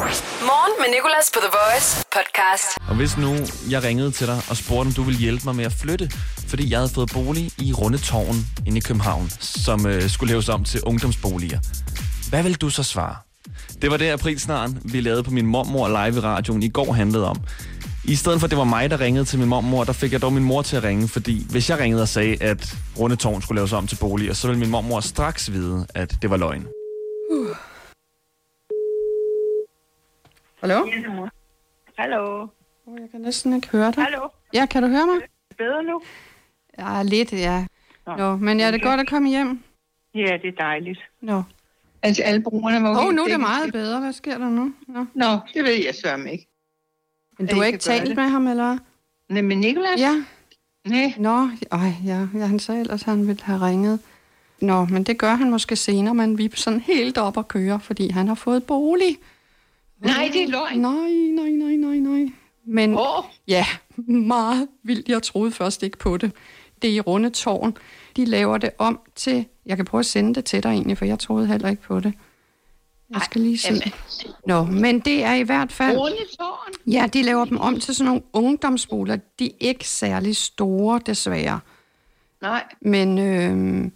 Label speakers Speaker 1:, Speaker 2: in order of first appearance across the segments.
Speaker 1: Morgen med Nicolas på The Voice podcast.
Speaker 2: Og hvis nu jeg ringede til dig og spurgte, om du ville hjælpe mig med at flytte, fordi jeg havde fået bolig i Rundetårn inde i København, som øh, skulle laves om til ungdomsboliger. Hvad vil du så svare? Det var det aprilsnaren, vi lavede på min mormor live i radioen i går handlede om. I stedet for, at det var mig, der ringede til min mormor, der fik jeg dog min mor til at ringe, fordi hvis jeg ringede og sagde, at Rundetårn skulle laves om til boliger, så ville min mormor straks vide, at det var løgn.
Speaker 3: Hallo?
Speaker 4: Hallo.
Speaker 3: Åh, Jeg kan næsten ikke høre dig.
Speaker 4: Hallo.
Speaker 3: Ja, kan du høre mig?
Speaker 4: Bedre nu?
Speaker 3: Ja, lidt, ja. Nå, men ja, det er godt at komme hjem.
Speaker 4: Ja, det er dejligt.
Speaker 3: Nå.
Speaker 5: Altså alle brugerne var jo
Speaker 3: Åh, oh,
Speaker 5: helt
Speaker 3: nu er det
Speaker 5: dækket
Speaker 3: meget
Speaker 5: til.
Speaker 3: bedre. Hvad sker der nu? Nå.
Speaker 5: Nå, det ved jeg sørme ikke.
Speaker 3: Men du
Speaker 5: Jeg
Speaker 3: har
Speaker 5: kan
Speaker 3: ikke
Speaker 5: gøre
Speaker 3: talt
Speaker 5: det.
Speaker 3: med ham, eller? hvad?
Speaker 5: Nej, men Nicolas?
Speaker 3: Ja.
Speaker 5: Nej.
Speaker 3: Nå, ej, ja. ja. Han sagde ellers, at han ville have ringet. Nå, men det gør han måske senere, men vi er sådan helt op at køre, fordi han har fået bolig.
Speaker 5: Nej, det er løgn.
Speaker 3: Nej, nej, nej, nej, nej. Men
Speaker 5: Åh, oh,
Speaker 3: Ja, meget vildt. Jeg troede først ikke på det. Det er i Runde Tårn. De laver det om til... Jeg kan prøve at sende det til dig egentlig, for jeg troede heller ikke på det. Jeg skal lige se.
Speaker 5: jamen.
Speaker 3: Nå, men det er i hvert fald...
Speaker 5: Rundetårn.
Speaker 3: Ja, de laver dem om til sådan nogle ungdomsskoler. De er ikke særlig store, desværre.
Speaker 5: Nej,
Speaker 3: Men, øh,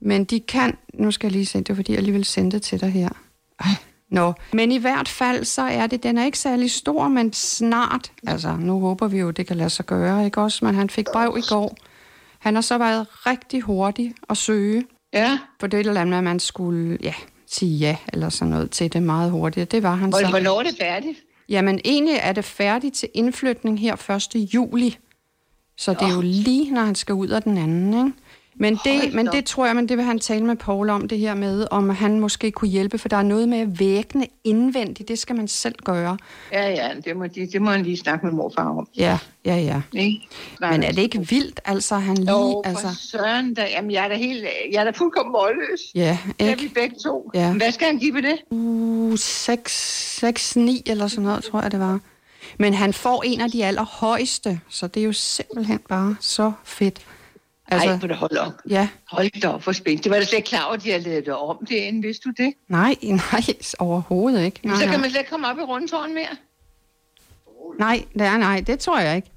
Speaker 3: men de kan... Nu skal jeg lige se, det er fordi, jeg alligevel sendte det til dig her. Ej, Nå. Men i hvert fald, så er det... Den er ikke særlig stor, men snart... Altså, nu håber vi jo, det kan lade sig gøre, ikke også? Men han fik brev i går. Han har så været rigtig hurtig at søge.
Speaker 5: ja.
Speaker 3: For det er et eller andet, med, at man skulle... Ja, sige ja eller sådan noget til det meget hurtigt. Det var han
Speaker 5: Hvor,
Speaker 3: så.
Speaker 5: hvornår er det færdigt?
Speaker 3: Jamen, egentlig er det færdigt til indflytning her 1. juli. Så det er jo lige, når han skal ud af den anden, ikke? Men det,
Speaker 5: Hold
Speaker 3: men
Speaker 5: da
Speaker 3: det tror jeg, men det vil han tale med Paul om, det her med, om han måske kunne hjælpe, for der er noget med at vægne indvendigt, det skal man selv gøre.
Speaker 5: Ja, ja, det må, de, det må han lige snakke med morfar om.
Speaker 3: Ja, ja, ja.
Speaker 5: Ikke? Nej.
Speaker 3: Men er det ikke vildt, altså, han lige,
Speaker 5: Jo, altså.
Speaker 3: altså...
Speaker 5: for søren, der, jamen, jeg er da helt, jeg er da fuldkommen målløs.
Speaker 3: Ja,
Speaker 5: Det er vi
Speaker 3: ikke?
Speaker 5: begge to.
Speaker 3: Ja.
Speaker 5: Hvad skal han give ved det?
Speaker 3: Uh, 6, 6, 9 eller sådan noget, tror jeg, det var. Men han får en af de allerhøjeste, så det er jo simpelthen bare så fedt. Altså,
Speaker 5: Altså. Ej, må du holde op.
Speaker 3: ja.
Speaker 5: Hold da op for spændt. Det var da slet ikke klar over, at de havde lavet det om det inden, vidste du det?
Speaker 3: Nej, nej, overhovedet ikke.
Speaker 5: Nej, så
Speaker 3: Nej,
Speaker 5: kan
Speaker 3: nej.
Speaker 5: man slet ikke komme op i rundtårn mere.
Speaker 3: nej, nej, nej, det tror jeg ikke.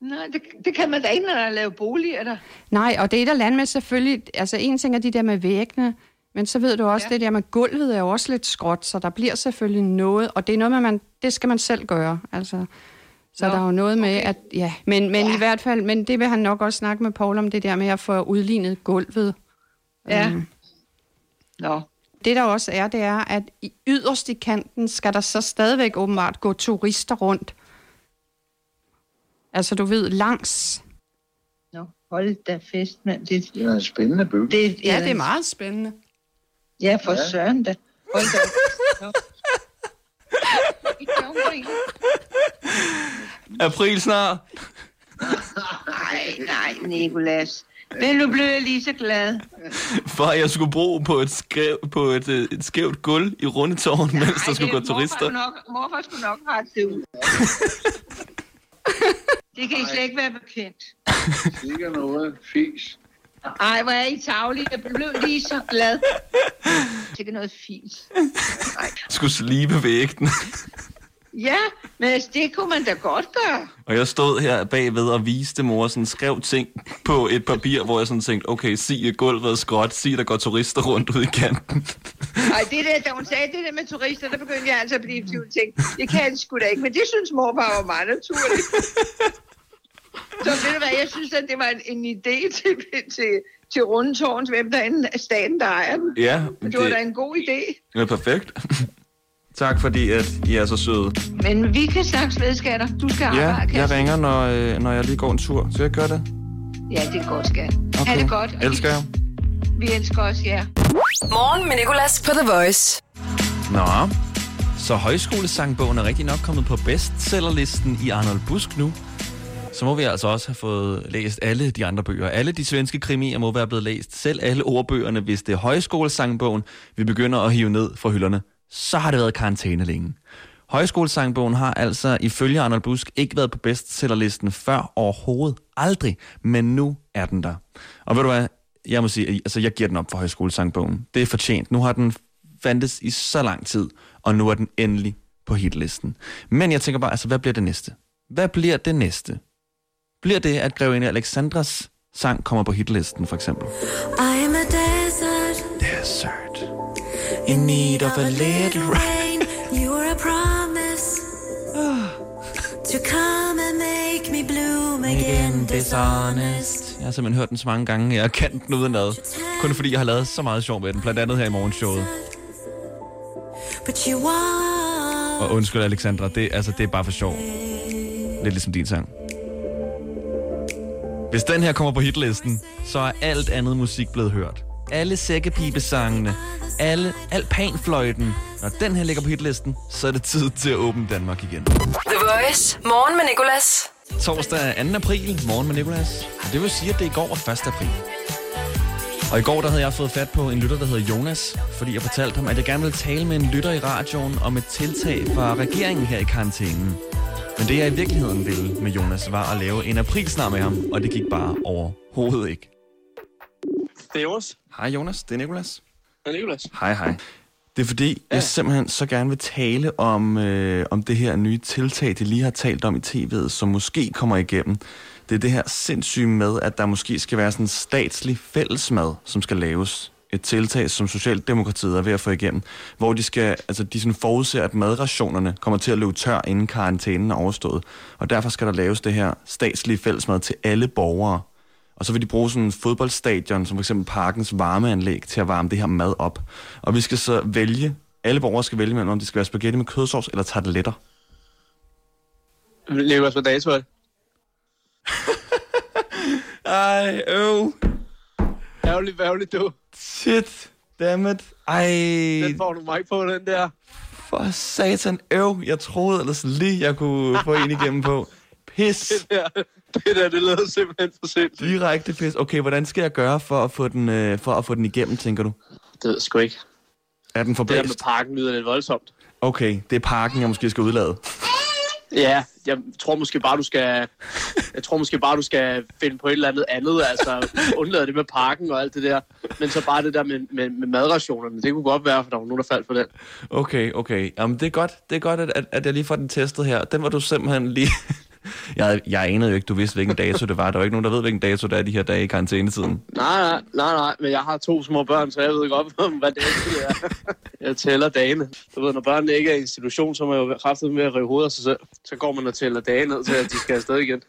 Speaker 5: Nej, det, det kan man da ikke, når der er lavet boliger der.
Speaker 3: Nej, og det er et eller andet med selvfølgelig, altså en ting er de der med væggene, men så ved du også, ja. det der med gulvet er jo også lidt skråt, så der bliver selvfølgelig noget, og det er noget med, man, det skal man selv gøre, altså. Så Nå,
Speaker 5: Nå,
Speaker 3: der er jo noget med, okay. at, ja, men, men ja. i hvert fald, men det vil han nok også snakke med Paul om, det der med at få udlignet gulvet.
Speaker 5: Ja. Nå,
Speaker 3: Det der også er, det er, at i yderst i kanten skal der så stadigvæk åbenbart gå turister rundt. Altså du ved, langs.
Speaker 5: Nå, hold da fest, mand. Det,
Speaker 6: Det er en spændende by.
Speaker 5: det,
Speaker 3: meget spændende.
Speaker 5: Ja, for ja. søren da. Hold da. op. Nå. I døgnring.
Speaker 2: Aprilsnar!
Speaker 5: Nej, nej, Nicolas. Men nu blev jeg lige så glad.
Speaker 2: For at jeg skulle bo på et, skæv, på et, øh, et skævt gulv i Rundetårn, mens der
Speaker 5: Ej,
Speaker 2: skulle gå
Speaker 5: det-
Speaker 2: turister.
Speaker 5: Morfar, nok, morfar skulle nok rette det ud. Det kan I slet ikke være bekendt.
Speaker 6: Sikke noget fis.
Speaker 5: Ej, hvor er I tavlige. Jeg blev lige så glad. Det er noget fint.
Speaker 2: Skulle slibe vægten.
Speaker 5: Ja, men altså, det kunne man da godt gøre.
Speaker 2: Og jeg stod her bagved og viste mor sådan skrev ting på et papir, hvor jeg sådan tænkte, okay, sig at gulvet er skråt, sig der går turister rundt ud i kanten.
Speaker 5: Ej, det der, da hun sagde det der med turister, der begyndte jeg altså at blive i tvivl. Tænkte, det kan jeg sgu da ikke, men det synes morfar var meget naturligt. Så ved du hvad, jeg synes, at det var en, en idé til, til, til rundetårns, hvem der er staten, der ejer dem.
Speaker 2: Ja,
Speaker 5: Det var da
Speaker 2: det
Speaker 5: en god idé.
Speaker 2: er perfekt. tak fordi, at I er så søde.
Speaker 5: Men vi kan snakkes ved, skatter. Du skal
Speaker 2: Ja,
Speaker 5: arbejde,
Speaker 2: jeg
Speaker 5: Kasper.
Speaker 2: ringer, når, øh, når jeg lige går en tur. Så jeg gør det.
Speaker 5: Ja, det er godt, skat. Okay. Ha' det godt. og
Speaker 2: Elsker jer.
Speaker 5: Vi elsker også jer.
Speaker 1: Morgen med Nicolas på The Voice.
Speaker 2: Nå, så højskolesangbogen er rigtig nok kommet på bestsellerlisten i Arnold Busk nu. Så må vi altså også have fået læst alle de andre bøger. Alle de svenske krimier må være blevet læst. Selv alle ordbøgerne, hvis det er højskolesangbogen, vi begynder at hive ned fra hylderne. Så har det været karantæne længe. Højskolesangbogen har altså ifølge Arnold Busk ikke været på bestsellerlisten før overhovedet. Aldrig. Men nu er den der. Og ved du hvad? Jeg må sige, altså jeg giver den op for højskolesangbogen. Det er fortjent. Nu har den fandtes i så lang tid, og nu er den endelig på hitlisten. Men jeg tænker bare, altså, hvad bliver det næste? Hvad bliver det næste? Bliver det, at Grevinde Alexandras sang kommer på hitlisten, for eksempel?
Speaker 7: I'm a desert
Speaker 2: Desert. In need of a little
Speaker 7: rain. You were a promise to come and make me bloom again. Dishonest.
Speaker 2: Jeg har simpelthen hørt den så mange gange, jeg kan den udenad. Kun fordi jeg har lavet så meget sjov med den, blandt andet her i morgenshowet.
Speaker 7: But you are.
Speaker 2: Og undskyld, Alexandra, det, altså, det er bare for sjov. Lidt ligesom din sang. Hvis den her kommer på hitlisten, så er alt andet musik blevet hørt. Alle sækkepibesangene, alle, alpanfløjten. Når den her ligger på hitlisten, så er det tid til at åbne Danmark igen.
Speaker 1: The Voice. Morgen med Nicolas.
Speaker 2: Torsdag er 2. april, morgen med Nicolas. Det vil sige, at det i går var 1. april. Og i går der havde jeg fået fat på en lytter, der hedder Jonas, fordi jeg fortalte ham, at jeg gerne ville tale med en lytter i radioen om et tiltag fra regeringen her i karantænen. Men det, jeg i virkeligheden ville med Jonas, var at lave en aprilsnar med ham, og det gik bare overhovedet ikke.
Speaker 8: Det er Jonas.
Speaker 2: Hej Jonas, det er Nicolas.
Speaker 8: Og Nicolas.
Speaker 2: Hej, hej. Det er fordi, ja. jeg simpelthen så gerne vil tale om, øh, om det her nye tiltag, de lige har talt om i tv'et, som måske kommer igennem. Det er det her sindssyge med, at der måske skal være sådan en statslig fællesmad, som skal laves. Et tiltag, som Socialdemokratiet er ved at få igennem, hvor de skal, altså de sådan forudser, at madrationerne kommer til at løbe tør, inden karantænen er overstået. Og derfor skal der laves det her statslige fællesmad til alle borgere. Og så vil de bruge sådan en fodboldstadion, som for eksempel parkens varmeanlæg, til at varme det her mad op. Og vi skal så vælge, alle borgere skal vælge mellem, om det skal være spaghetti med kødsovs eller tarteletter.
Speaker 8: Nicolas, hvad dato er det?
Speaker 2: Ej, øv,
Speaker 8: Ærgerligt, ærgerligt, du.
Speaker 2: shit, dammit. Ej,
Speaker 8: Den får du mig på, den der.
Speaker 2: for satan, øv. Jeg troede ellers lige, jeg kunne få en igennem på. Pis,
Speaker 8: Ja, det der, det lyder simpelthen for sindssygt.
Speaker 2: direkte pis. Okay, hvordan skal jeg gøre for at få den, øh, for at få den igennem, tænker du?
Speaker 8: Det ved jeg sgu ikke.
Speaker 2: Er den
Speaker 8: Det der med
Speaker 2: forblæst?
Speaker 8: parken lyder lidt voldsomt.
Speaker 2: Okay, det er parken, jeg måske skal udlade.
Speaker 8: Ja, jeg tror måske bare, du skal... Jeg tror måske bare, du skal finde på et eller andet andet. Altså, undlade det med parken og alt det der. Men så bare det der med, med, med madrationerne. Det kunne godt være, for der var nogen, der faldt for den.
Speaker 2: Okay, okay. Jamen, det er godt, det er godt at, at, at jeg lige får den testet her. Den var du simpelthen lige... jeg, jeg anede jo ikke, du vidste, hvilken dato det var. Der er jo ikke nogen, der ved, hvilken dato det er de her dage i karantænetiden.
Speaker 8: Nej, nej, nej, nej, men jeg har to små børn, så jeg ved godt, hvad det er. Jeg tæller dagene. Du ved, når børnene ikke er i institution, så er man jo kraftet med at rive hovedet af sig selv. Så går man og tæller dage ned til, at de skal afsted igen.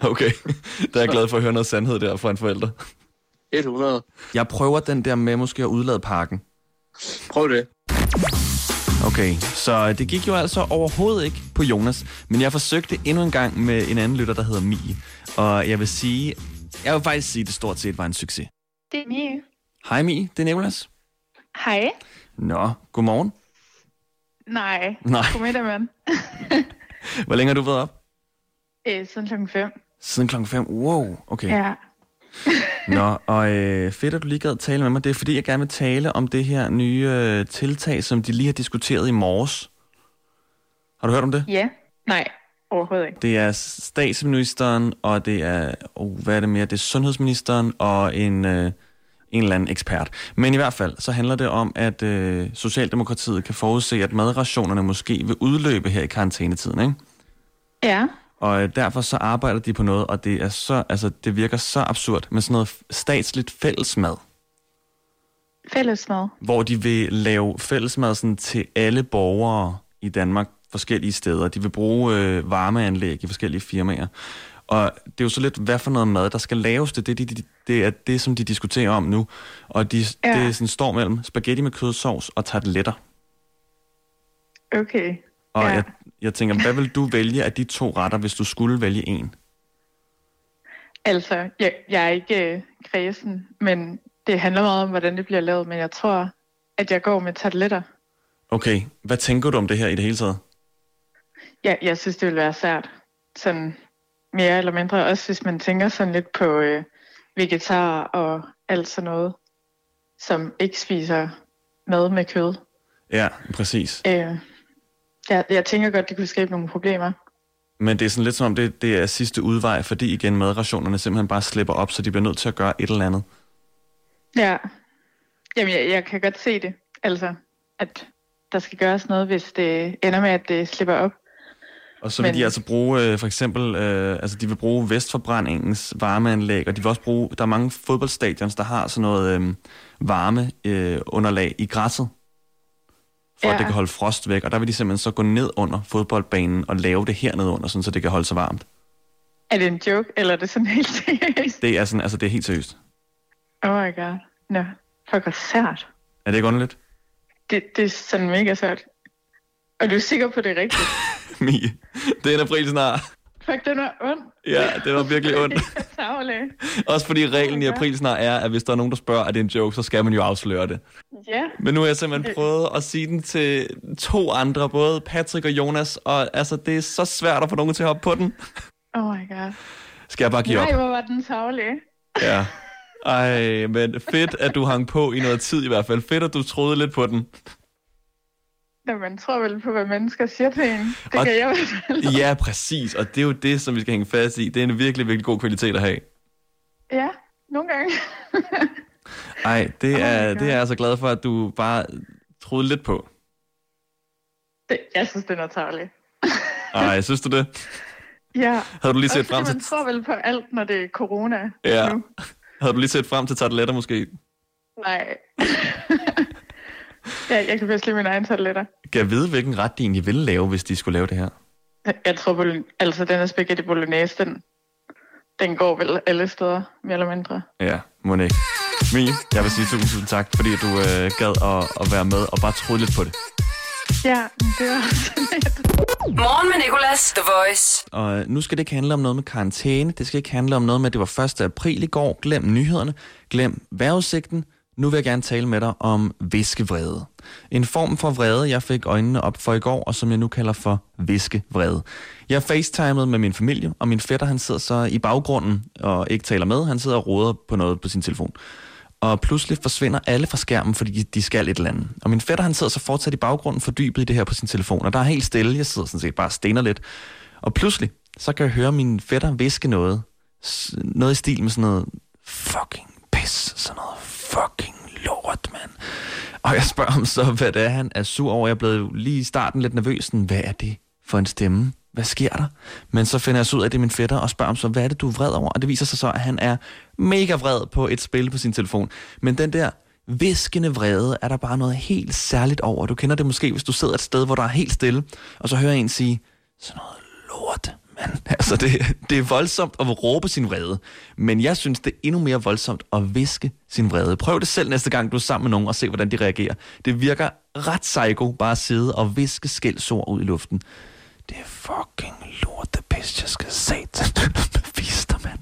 Speaker 2: okay, der er jeg glad for at høre noget sandhed der fra en forælder.
Speaker 8: 100.
Speaker 2: Jeg prøver den der med måske at udlade pakken.
Speaker 8: Prøv det.
Speaker 2: Okay, så det gik jo altså overhovedet ikke på Jonas, men jeg forsøgte endnu en gang med en anden lytter, der hedder Mie. Og jeg vil sige, jeg vil faktisk sige, at det stort set var en succes.
Speaker 9: Det er Mie.
Speaker 2: Hej Mie, det er Nicolas.
Speaker 9: Hej.
Speaker 2: Nå, godmorgen.
Speaker 9: Nej,
Speaker 2: Nej,
Speaker 9: godmiddag, mand.
Speaker 2: hvor længe har du været op?
Speaker 9: Øh, siden klokken 5.
Speaker 2: Siden klokken 5. Wow, okay. Ja.
Speaker 9: Ja.
Speaker 2: Nå, og øh, fedt, at du lige gad tale med mig. Det er fordi, jeg gerne vil tale om det her nye øh, tiltag, som de lige har diskuteret i morges. Har du hørt om det?
Speaker 9: Ja. Nej, overhovedet ikke.
Speaker 2: Det er statsministeren, og det er, oh, hvad er det mere? Det er sundhedsministeren og en, øh, en eller anden ekspert. Men i hvert fald, så handler det om, at øh, Socialdemokratiet kan forudse, at madrationerne måske vil udløbe her i karantænetiden, ikke?
Speaker 9: Ja.
Speaker 2: Og øh, derfor så arbejder de på noget, og det, er så, altså, det virker så absurd med sådan noget f- statsligt fællesmad,
Speaker 9: Fællesmad.
Speaker 2: hvor de vil lave fællesmad sådan, til alle borgere i Danmark forskellige steder. De vil bruge øh, varmeanlæg i forskellige firmaer. Og det er jo så lidt, hvad for noget mad, der skal laves. Det, det, det, det er det, som de diskuterer om nu. Og de, ja.
Speaker 9: Ja.
Speaker 2: det er sådan, står mellem spaghetti med kødsovs og tarteletter.
Speaker 9: Okay.
Speaker 2: Og ja.
Speaker 9: Ja.
Speaker 2: jeg, jeg tænker, hvad vil du vælge af de to retter, hvis du skulle vælge en?
Speaker 9: Altså, jeg, jeg er ikke øh, kredsen, men det handler meget om, hvordan det bliver lavet, men jeg tror, at jeg går med tarteletter.
Speaker 2: Okay, hvad tænker du om det her i det hele taget?
Speaker 9: Jeg, jeg synes, det vil være sært. Sådan mere eller mindre. Også hvis man tænker sådan lidt på øh, vegetar og alt sådan noget, som ikke spiser mad med kød.
Speaker 2: Ja, præcis.
Speaker 9: Øh, jeg, jeg tænker godt, det kunne skabe nogle problemer.
Speaker 2: Men det er sådan lidt som om, det, det er sidste udvej, fordi igen madrationerne simpelthen bare slipper op, så de bliver nødt til at gøre et eller andet.
Speaker 9: Ja. Jamen, jeg, jeg kan godt se det. Altså, at der skal gøres noget, hvis det ender med, at det slipper op.
Speaker 2: Og så vil
Speaker 9: Men-
Speaker 2: de altså bruge, øh, for eksempel, øh, altså de vil bruge Vestforbrændingens varmeanlæg, og de vil også bruge, der er mange fodboldstadions, der har sådan noget øh, varmeunderlag øh, underlag i græsset, for ja. at
Speaker 9: Ja.
Speaker 2: det kan holde frost væk, og der vil de simpelthen så gå ned under fodboldbanen og lave det hernede under, sådan, så det kan holde sig varmt.
Speaker 9: Er det en joke, eller er det sådan helt seriøst?
Speaker 2: Det er, sådan, altså, det er helt seriøst.
Speaker 9: Oh my god. Nå, fuck, hvor sært.
Speaker 2: Er det ikke underligt,
Speaker 9: Det, det er sådan mega sært. Og du er sikker på, det er rigtigt?
Speaker 2: Mie? Det er en april snart.
Speaker 9: Fuck, den var ond.
Speaker 2: Ja, det var virkelig ondt.
Speaker 9: Tavle.
Speaker 2: Også fordi reglen i april snart er, at hvis der er nogen, der spørger, er det en joke, så skal man jo afsløre det.
Speaker 9: Ja,
Speaker 2: Men nu har jeg
Speaker 9: Øh.
Speaker 2: simpelthen prøvet at sige den til to andre, både Patrick og Jonas, og altså, det er så svært at få nogen til at hoppe på den.
Speaker 9: oh my god.
Speaker 2: Skal jeg bare give op?
Speaker 9: Nej, hvor var den tavle.
Speaker 2: Ja. Ej, men fedt, at du hang på i noget tid i hvert fald. Fedt, at du troede lidt på den.
Speaker 9: Når man tror vel på, hvad mennesker siger til en. Det
Speaker 2: Og-
Speaker 9: og... kan jeg i hvert fald.
Speaker 2: Ja, præcis, og det er jo det, som vi skal hænge fast i. Det er en virkelig, virkelig god kvalitet at have.
Speaker 9: Ja, nogle gange.
Speaker 2: Ej, det er,
Speaker 9: God.
Speaker 2: det er jeg altså glad for, at du bare troede lidt på.
Speaker 9: det, jeg synes, den er tavle.
Speaker 2: Ej, synes du det?
Speaker 9: Ja,
Speaker 2: Havde du lige set
Speaker 9: også
Speaker 2: frem
Speaker 9: fordi
Speaker 2: til...
Speaker 9: man tror vel på alt, når det er corona
Speaker 2: Ja.
Speaker 9: nu.
Speaker 2: Havde du lige set frem til tarteletter måske?
Speaker 9: Nej. ja, jeg kan bedst lide mine egne toiletter.
Speaker 2: Kan jeg vide, hvilken ret de egentlig ville lave, hvis de skulle lave det her?
Speaker 9: Jeg tror, bolo- altså den her spaghetti bolognese, den, den går vel alle steder, mere eller mindre.
Speaker 2: Ja, må ikke. Mie, jeg vil sige tusind, tusind tak, fordi du øh, gad at, at være med og bare troede lidt på det.
Speaker 9: Ja, det var sådan lidt.
Speaker 1: Morgen med Nicolas, The Voice.
Speaker 2: Og øh, nu skal det ikke handle om noget med karantæne. Det skal ikke handle om noget med, at det var 1. april i går. Glem nyhederne. Glem vejrudsigten. Nu vil jeg gerne tale med dig om viskevrede. En form for vrede, jeg fik øjnene op for i går, og som jeg nu kalder for viskevrede. Jeg facetimede med min familie, og min fætter han sidder så i baggrunden og ikke taler med. Han sidder og roder på noget på sin telefon. og pludselig forsvinder alle fra skærmen, fordi de skal et eller andet. Og min fætter, han sidder så fortsat i baggrunden fordybet i det her på sin telefon, og der er helt stille. Jeg sidder sådan set bare og stener lidt. Og pludselig, så kan jeg høre min fætter viske noget. S- Noget i stil med sådan noget fucking pis, sådan noget fucking lort, mand. Og jeg spørger ham så, hvad det er, han er sur over. Jeg blev lige i starten lidt nervøs. Sådan, hvad er det for en stemme? Hvad sker der? Men så finder jeg så ud af, at det er min fætter, og spørger ham så, hvad er det, du er vred over? Og det viser sig så, at han er mega vred på et spil på sin telefon. Men den der viskende vrede er der bare noget helt særligt over. Du kender det måske, hvis du sidder et sted, hvor der er helt stille, og så hører en sige, sådan noget lort, mand. Altså, det, det er voldsomt at råbe sin vrede, men jeg synes, det er endnu mere voldsomt at viske sin vrede. Prøv det selv næste gang, du er sammen med nogen, og se, hvordan de reagerer. Det virker ret psycho bare at sidde og viske skældsord ud i luften. Det er fucking lortepis, jeg skal satan bevise dig, mand.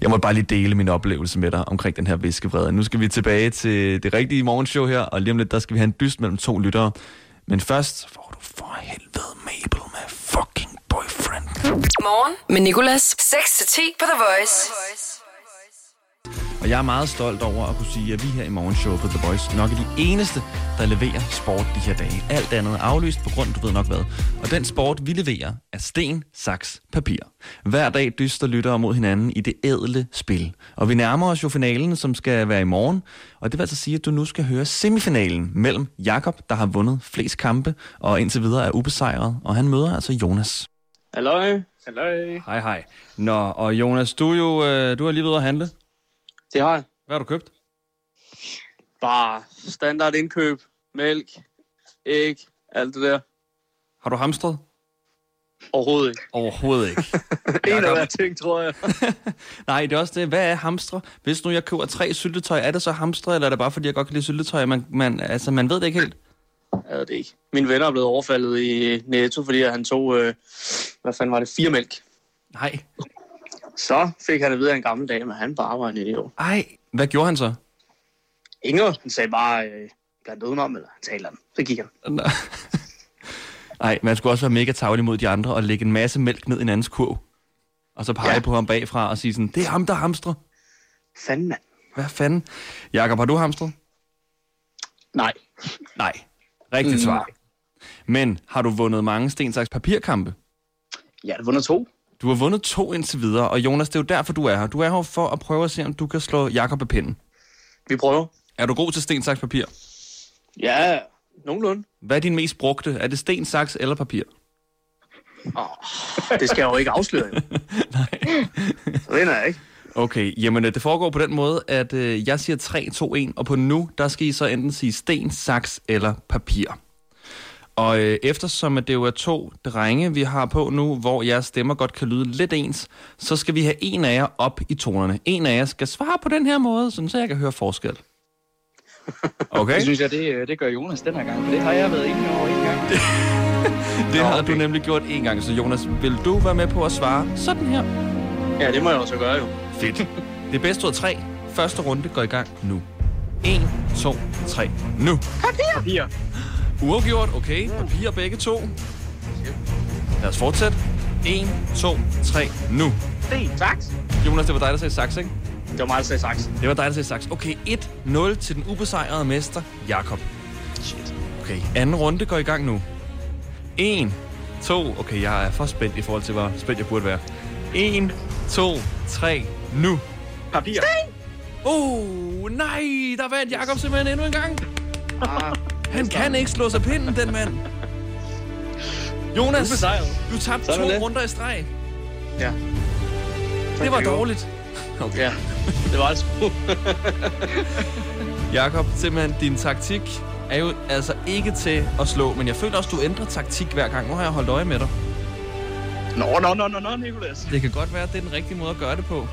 Speaker 2: Jeg må bare lige dele min oplevelse med dig omkring den her viskevrede. Nu skal vi tilbage til det rigtige morgenshow her, og lige om lidt, der skal vi have en dyst mellem to lyttere. Men først får du for helvede Mabel med fucking boyfriend.
Speaker 1: Morgen med Nicolas. 6 til 10 på The Voice.
Speaker 2: Og jeg er meget stolt over at kunne sige, at vi her i morgenshow på The Voice nok er de eneste, der leverer sport de her dage. Alt andet er aflyst på grund, du ved nok hvad. Og den sport, vi leverer, er sten, saks, papir. Hver dag dyster lyttere mod hinanden i det ædle spil. Og vi nærmer os jo finalen, som skal være i morgen. Og det vil altså sige, at du nu skal høre semifinalen mellem Jakob, der har vundet flest kampe og indtil videre er ubesejret. Og han møder altså Jonas.
Speaker 8: Halløj.
Speaker 10: Hej, hej. Nå, og Jonas, du, er jo, øh, du har lige været ude at handle.
Speaker 8: Det har jeg.
Speaker 10: Hvad har du købt?
Speaker 8: Bare standard indkøb. Mælk. Æg. Alt det der.
Speaker 10: Har du hamstret?
Speaker 8: Overhovedet ikke.
Speaker 10: Overhovedet ikke.
Speaker 8: En af hver ting, tror jeg.
Speaker 10: Nej, det er også det. Hvad er hamstre? Hvis nu jeg køber tre syltetøj, er det så hamstre, eller er det bare fordi, jeg godt kan lide syltetøj? Man, man, altså, man ved det ikke helt.
Speaker 8: Jeg ved det ikke. Min venner er blevet overfaldet i Netto, fordi han tog, øh, hvad fanden var det, fire mælk.
Speaker 10: Nej.
Speaker 8: Så fik han at vide af en gammel dame, at han bare var en idiot.
Speaker 10: Ej. Hvad gjorde han så?
Speaker 8: Inger, han sagde bare, øh, blandt udenom, eller han taler den. Så gik han.
Speaker 10: Nå. Ej, man skulle også være mega tavlig mod de andre og lægge en masse mælk ned i en andens kurv. Og så pege ja.
Speaker 8: Ja.
Speaker 10: på ham bagfra og sige sådan, det er ham, der hamstrer.
Speaker 8: Fanden, mand.
Speaker 10: Hvad fanden? Jakob, har du hamstret?
Speaker 8: Nej.
Speaker 10: Nej. Mm. Rigtigt svar. Men har du vundet mange stensaks papirkampe?
Speaker 8: Jeg har vundet to.
Speaker 10: Du har vundet to indtil videre, og Jonas, det er jo derfor, du er her. Du er her jo for at prøve at se, om du kan slå Jakob af pinden.
Speaker 8: Vi prøver.
Speaker 10: Er du god til stensaks papir?
Speaker 8: Ja, nogenlunde.
Speaker 2: Hvad er din mest brugte? Er det sten, saks eller papir?
Speaker 8: Det skal jeg jo ikke afsløre. jo. Så vinder jeg ikke.
Speaker 2: Okay, jamen øh, det foregår på den måde, at øh, jeg siger 3, 2, 1, og på nu, der skal I så enten sige sten, saks eller papir. Og øh, eftersom at det jo er to drenge, vi har på nu, hvor jeres stemmer godt kan lyde lidt ens, så skal vi have en af jer op i tonerne. En af jer skal svare på den her måde, sådan så jeg kan høre forskel. Okay?
Speaker 11: Det synes jeg, det, øh, det gør Jonas den her gang, for det har jeg været inde over en gang.
Speaker 2: Det har du nemlig gjort en gang, så Jonas, vil du være med på at svare sådan her?
Speaker 8: Ja, det må jeg også gøre jo.
Speaker 2: Fedt. Det er bedst ud af tre. Første runde går i gang nu. 1, 2, 3, nu.
Speaker 8: Papir.
Speaker 2: Uafgjort, okay. Papir begge to. Lad os fortsætte. 1, 2, 3, nu.
Speaker 8: Sten. Saks.
Speaker 2: Jonas, det var dig, der sagde saks, ikke?
Speaker 8: Det var mig, der sagde saks.
Speaker 2: Det var dig, der sagde saks. Okay, 1-0 til den ubesejrede mester, Jakob.
Speaker 8: Shit.
Speaker 2: Okay, anden runde går i gang nu. 1, 2, okay, jeg er for spændt i forhold til, hvor spændt jeg burde være. 1, 2, 3, nu.
Speaker 8: Papir.
Speaker 2: Oh, nej, der vandt Jakob simpelthen endnu en
Speaker 8: Ah,
Speaker 2: gang. Han kan ikke slå sig pinden, den mand. Jonas,
Speaker 8: Ubesejret.
Speaker 2: du tabte
Speaker 8: Sådan er
Speaker 2: to
Speaker 8: det.
Speaker 2: runder i streg.
Speaker 8: Ja.
Speaker 2: Det var
Speaker 8: det gå.
Speaker 2: dårligt.
Speaker 8: Ja, det var altså- det sgu.
Speaker 2: Jakob, simpelthen din taktik er jo altså ikke til at slå, men jeg føler også, du ændrer taktik hver gang. Nu har jeg holdt øje med dig.
Speaker 8: Nå, nå, nå, nå, nå, Nicolas.
Speaker 2: Det kan godt være, at det er den rigtige måde at gøre det på.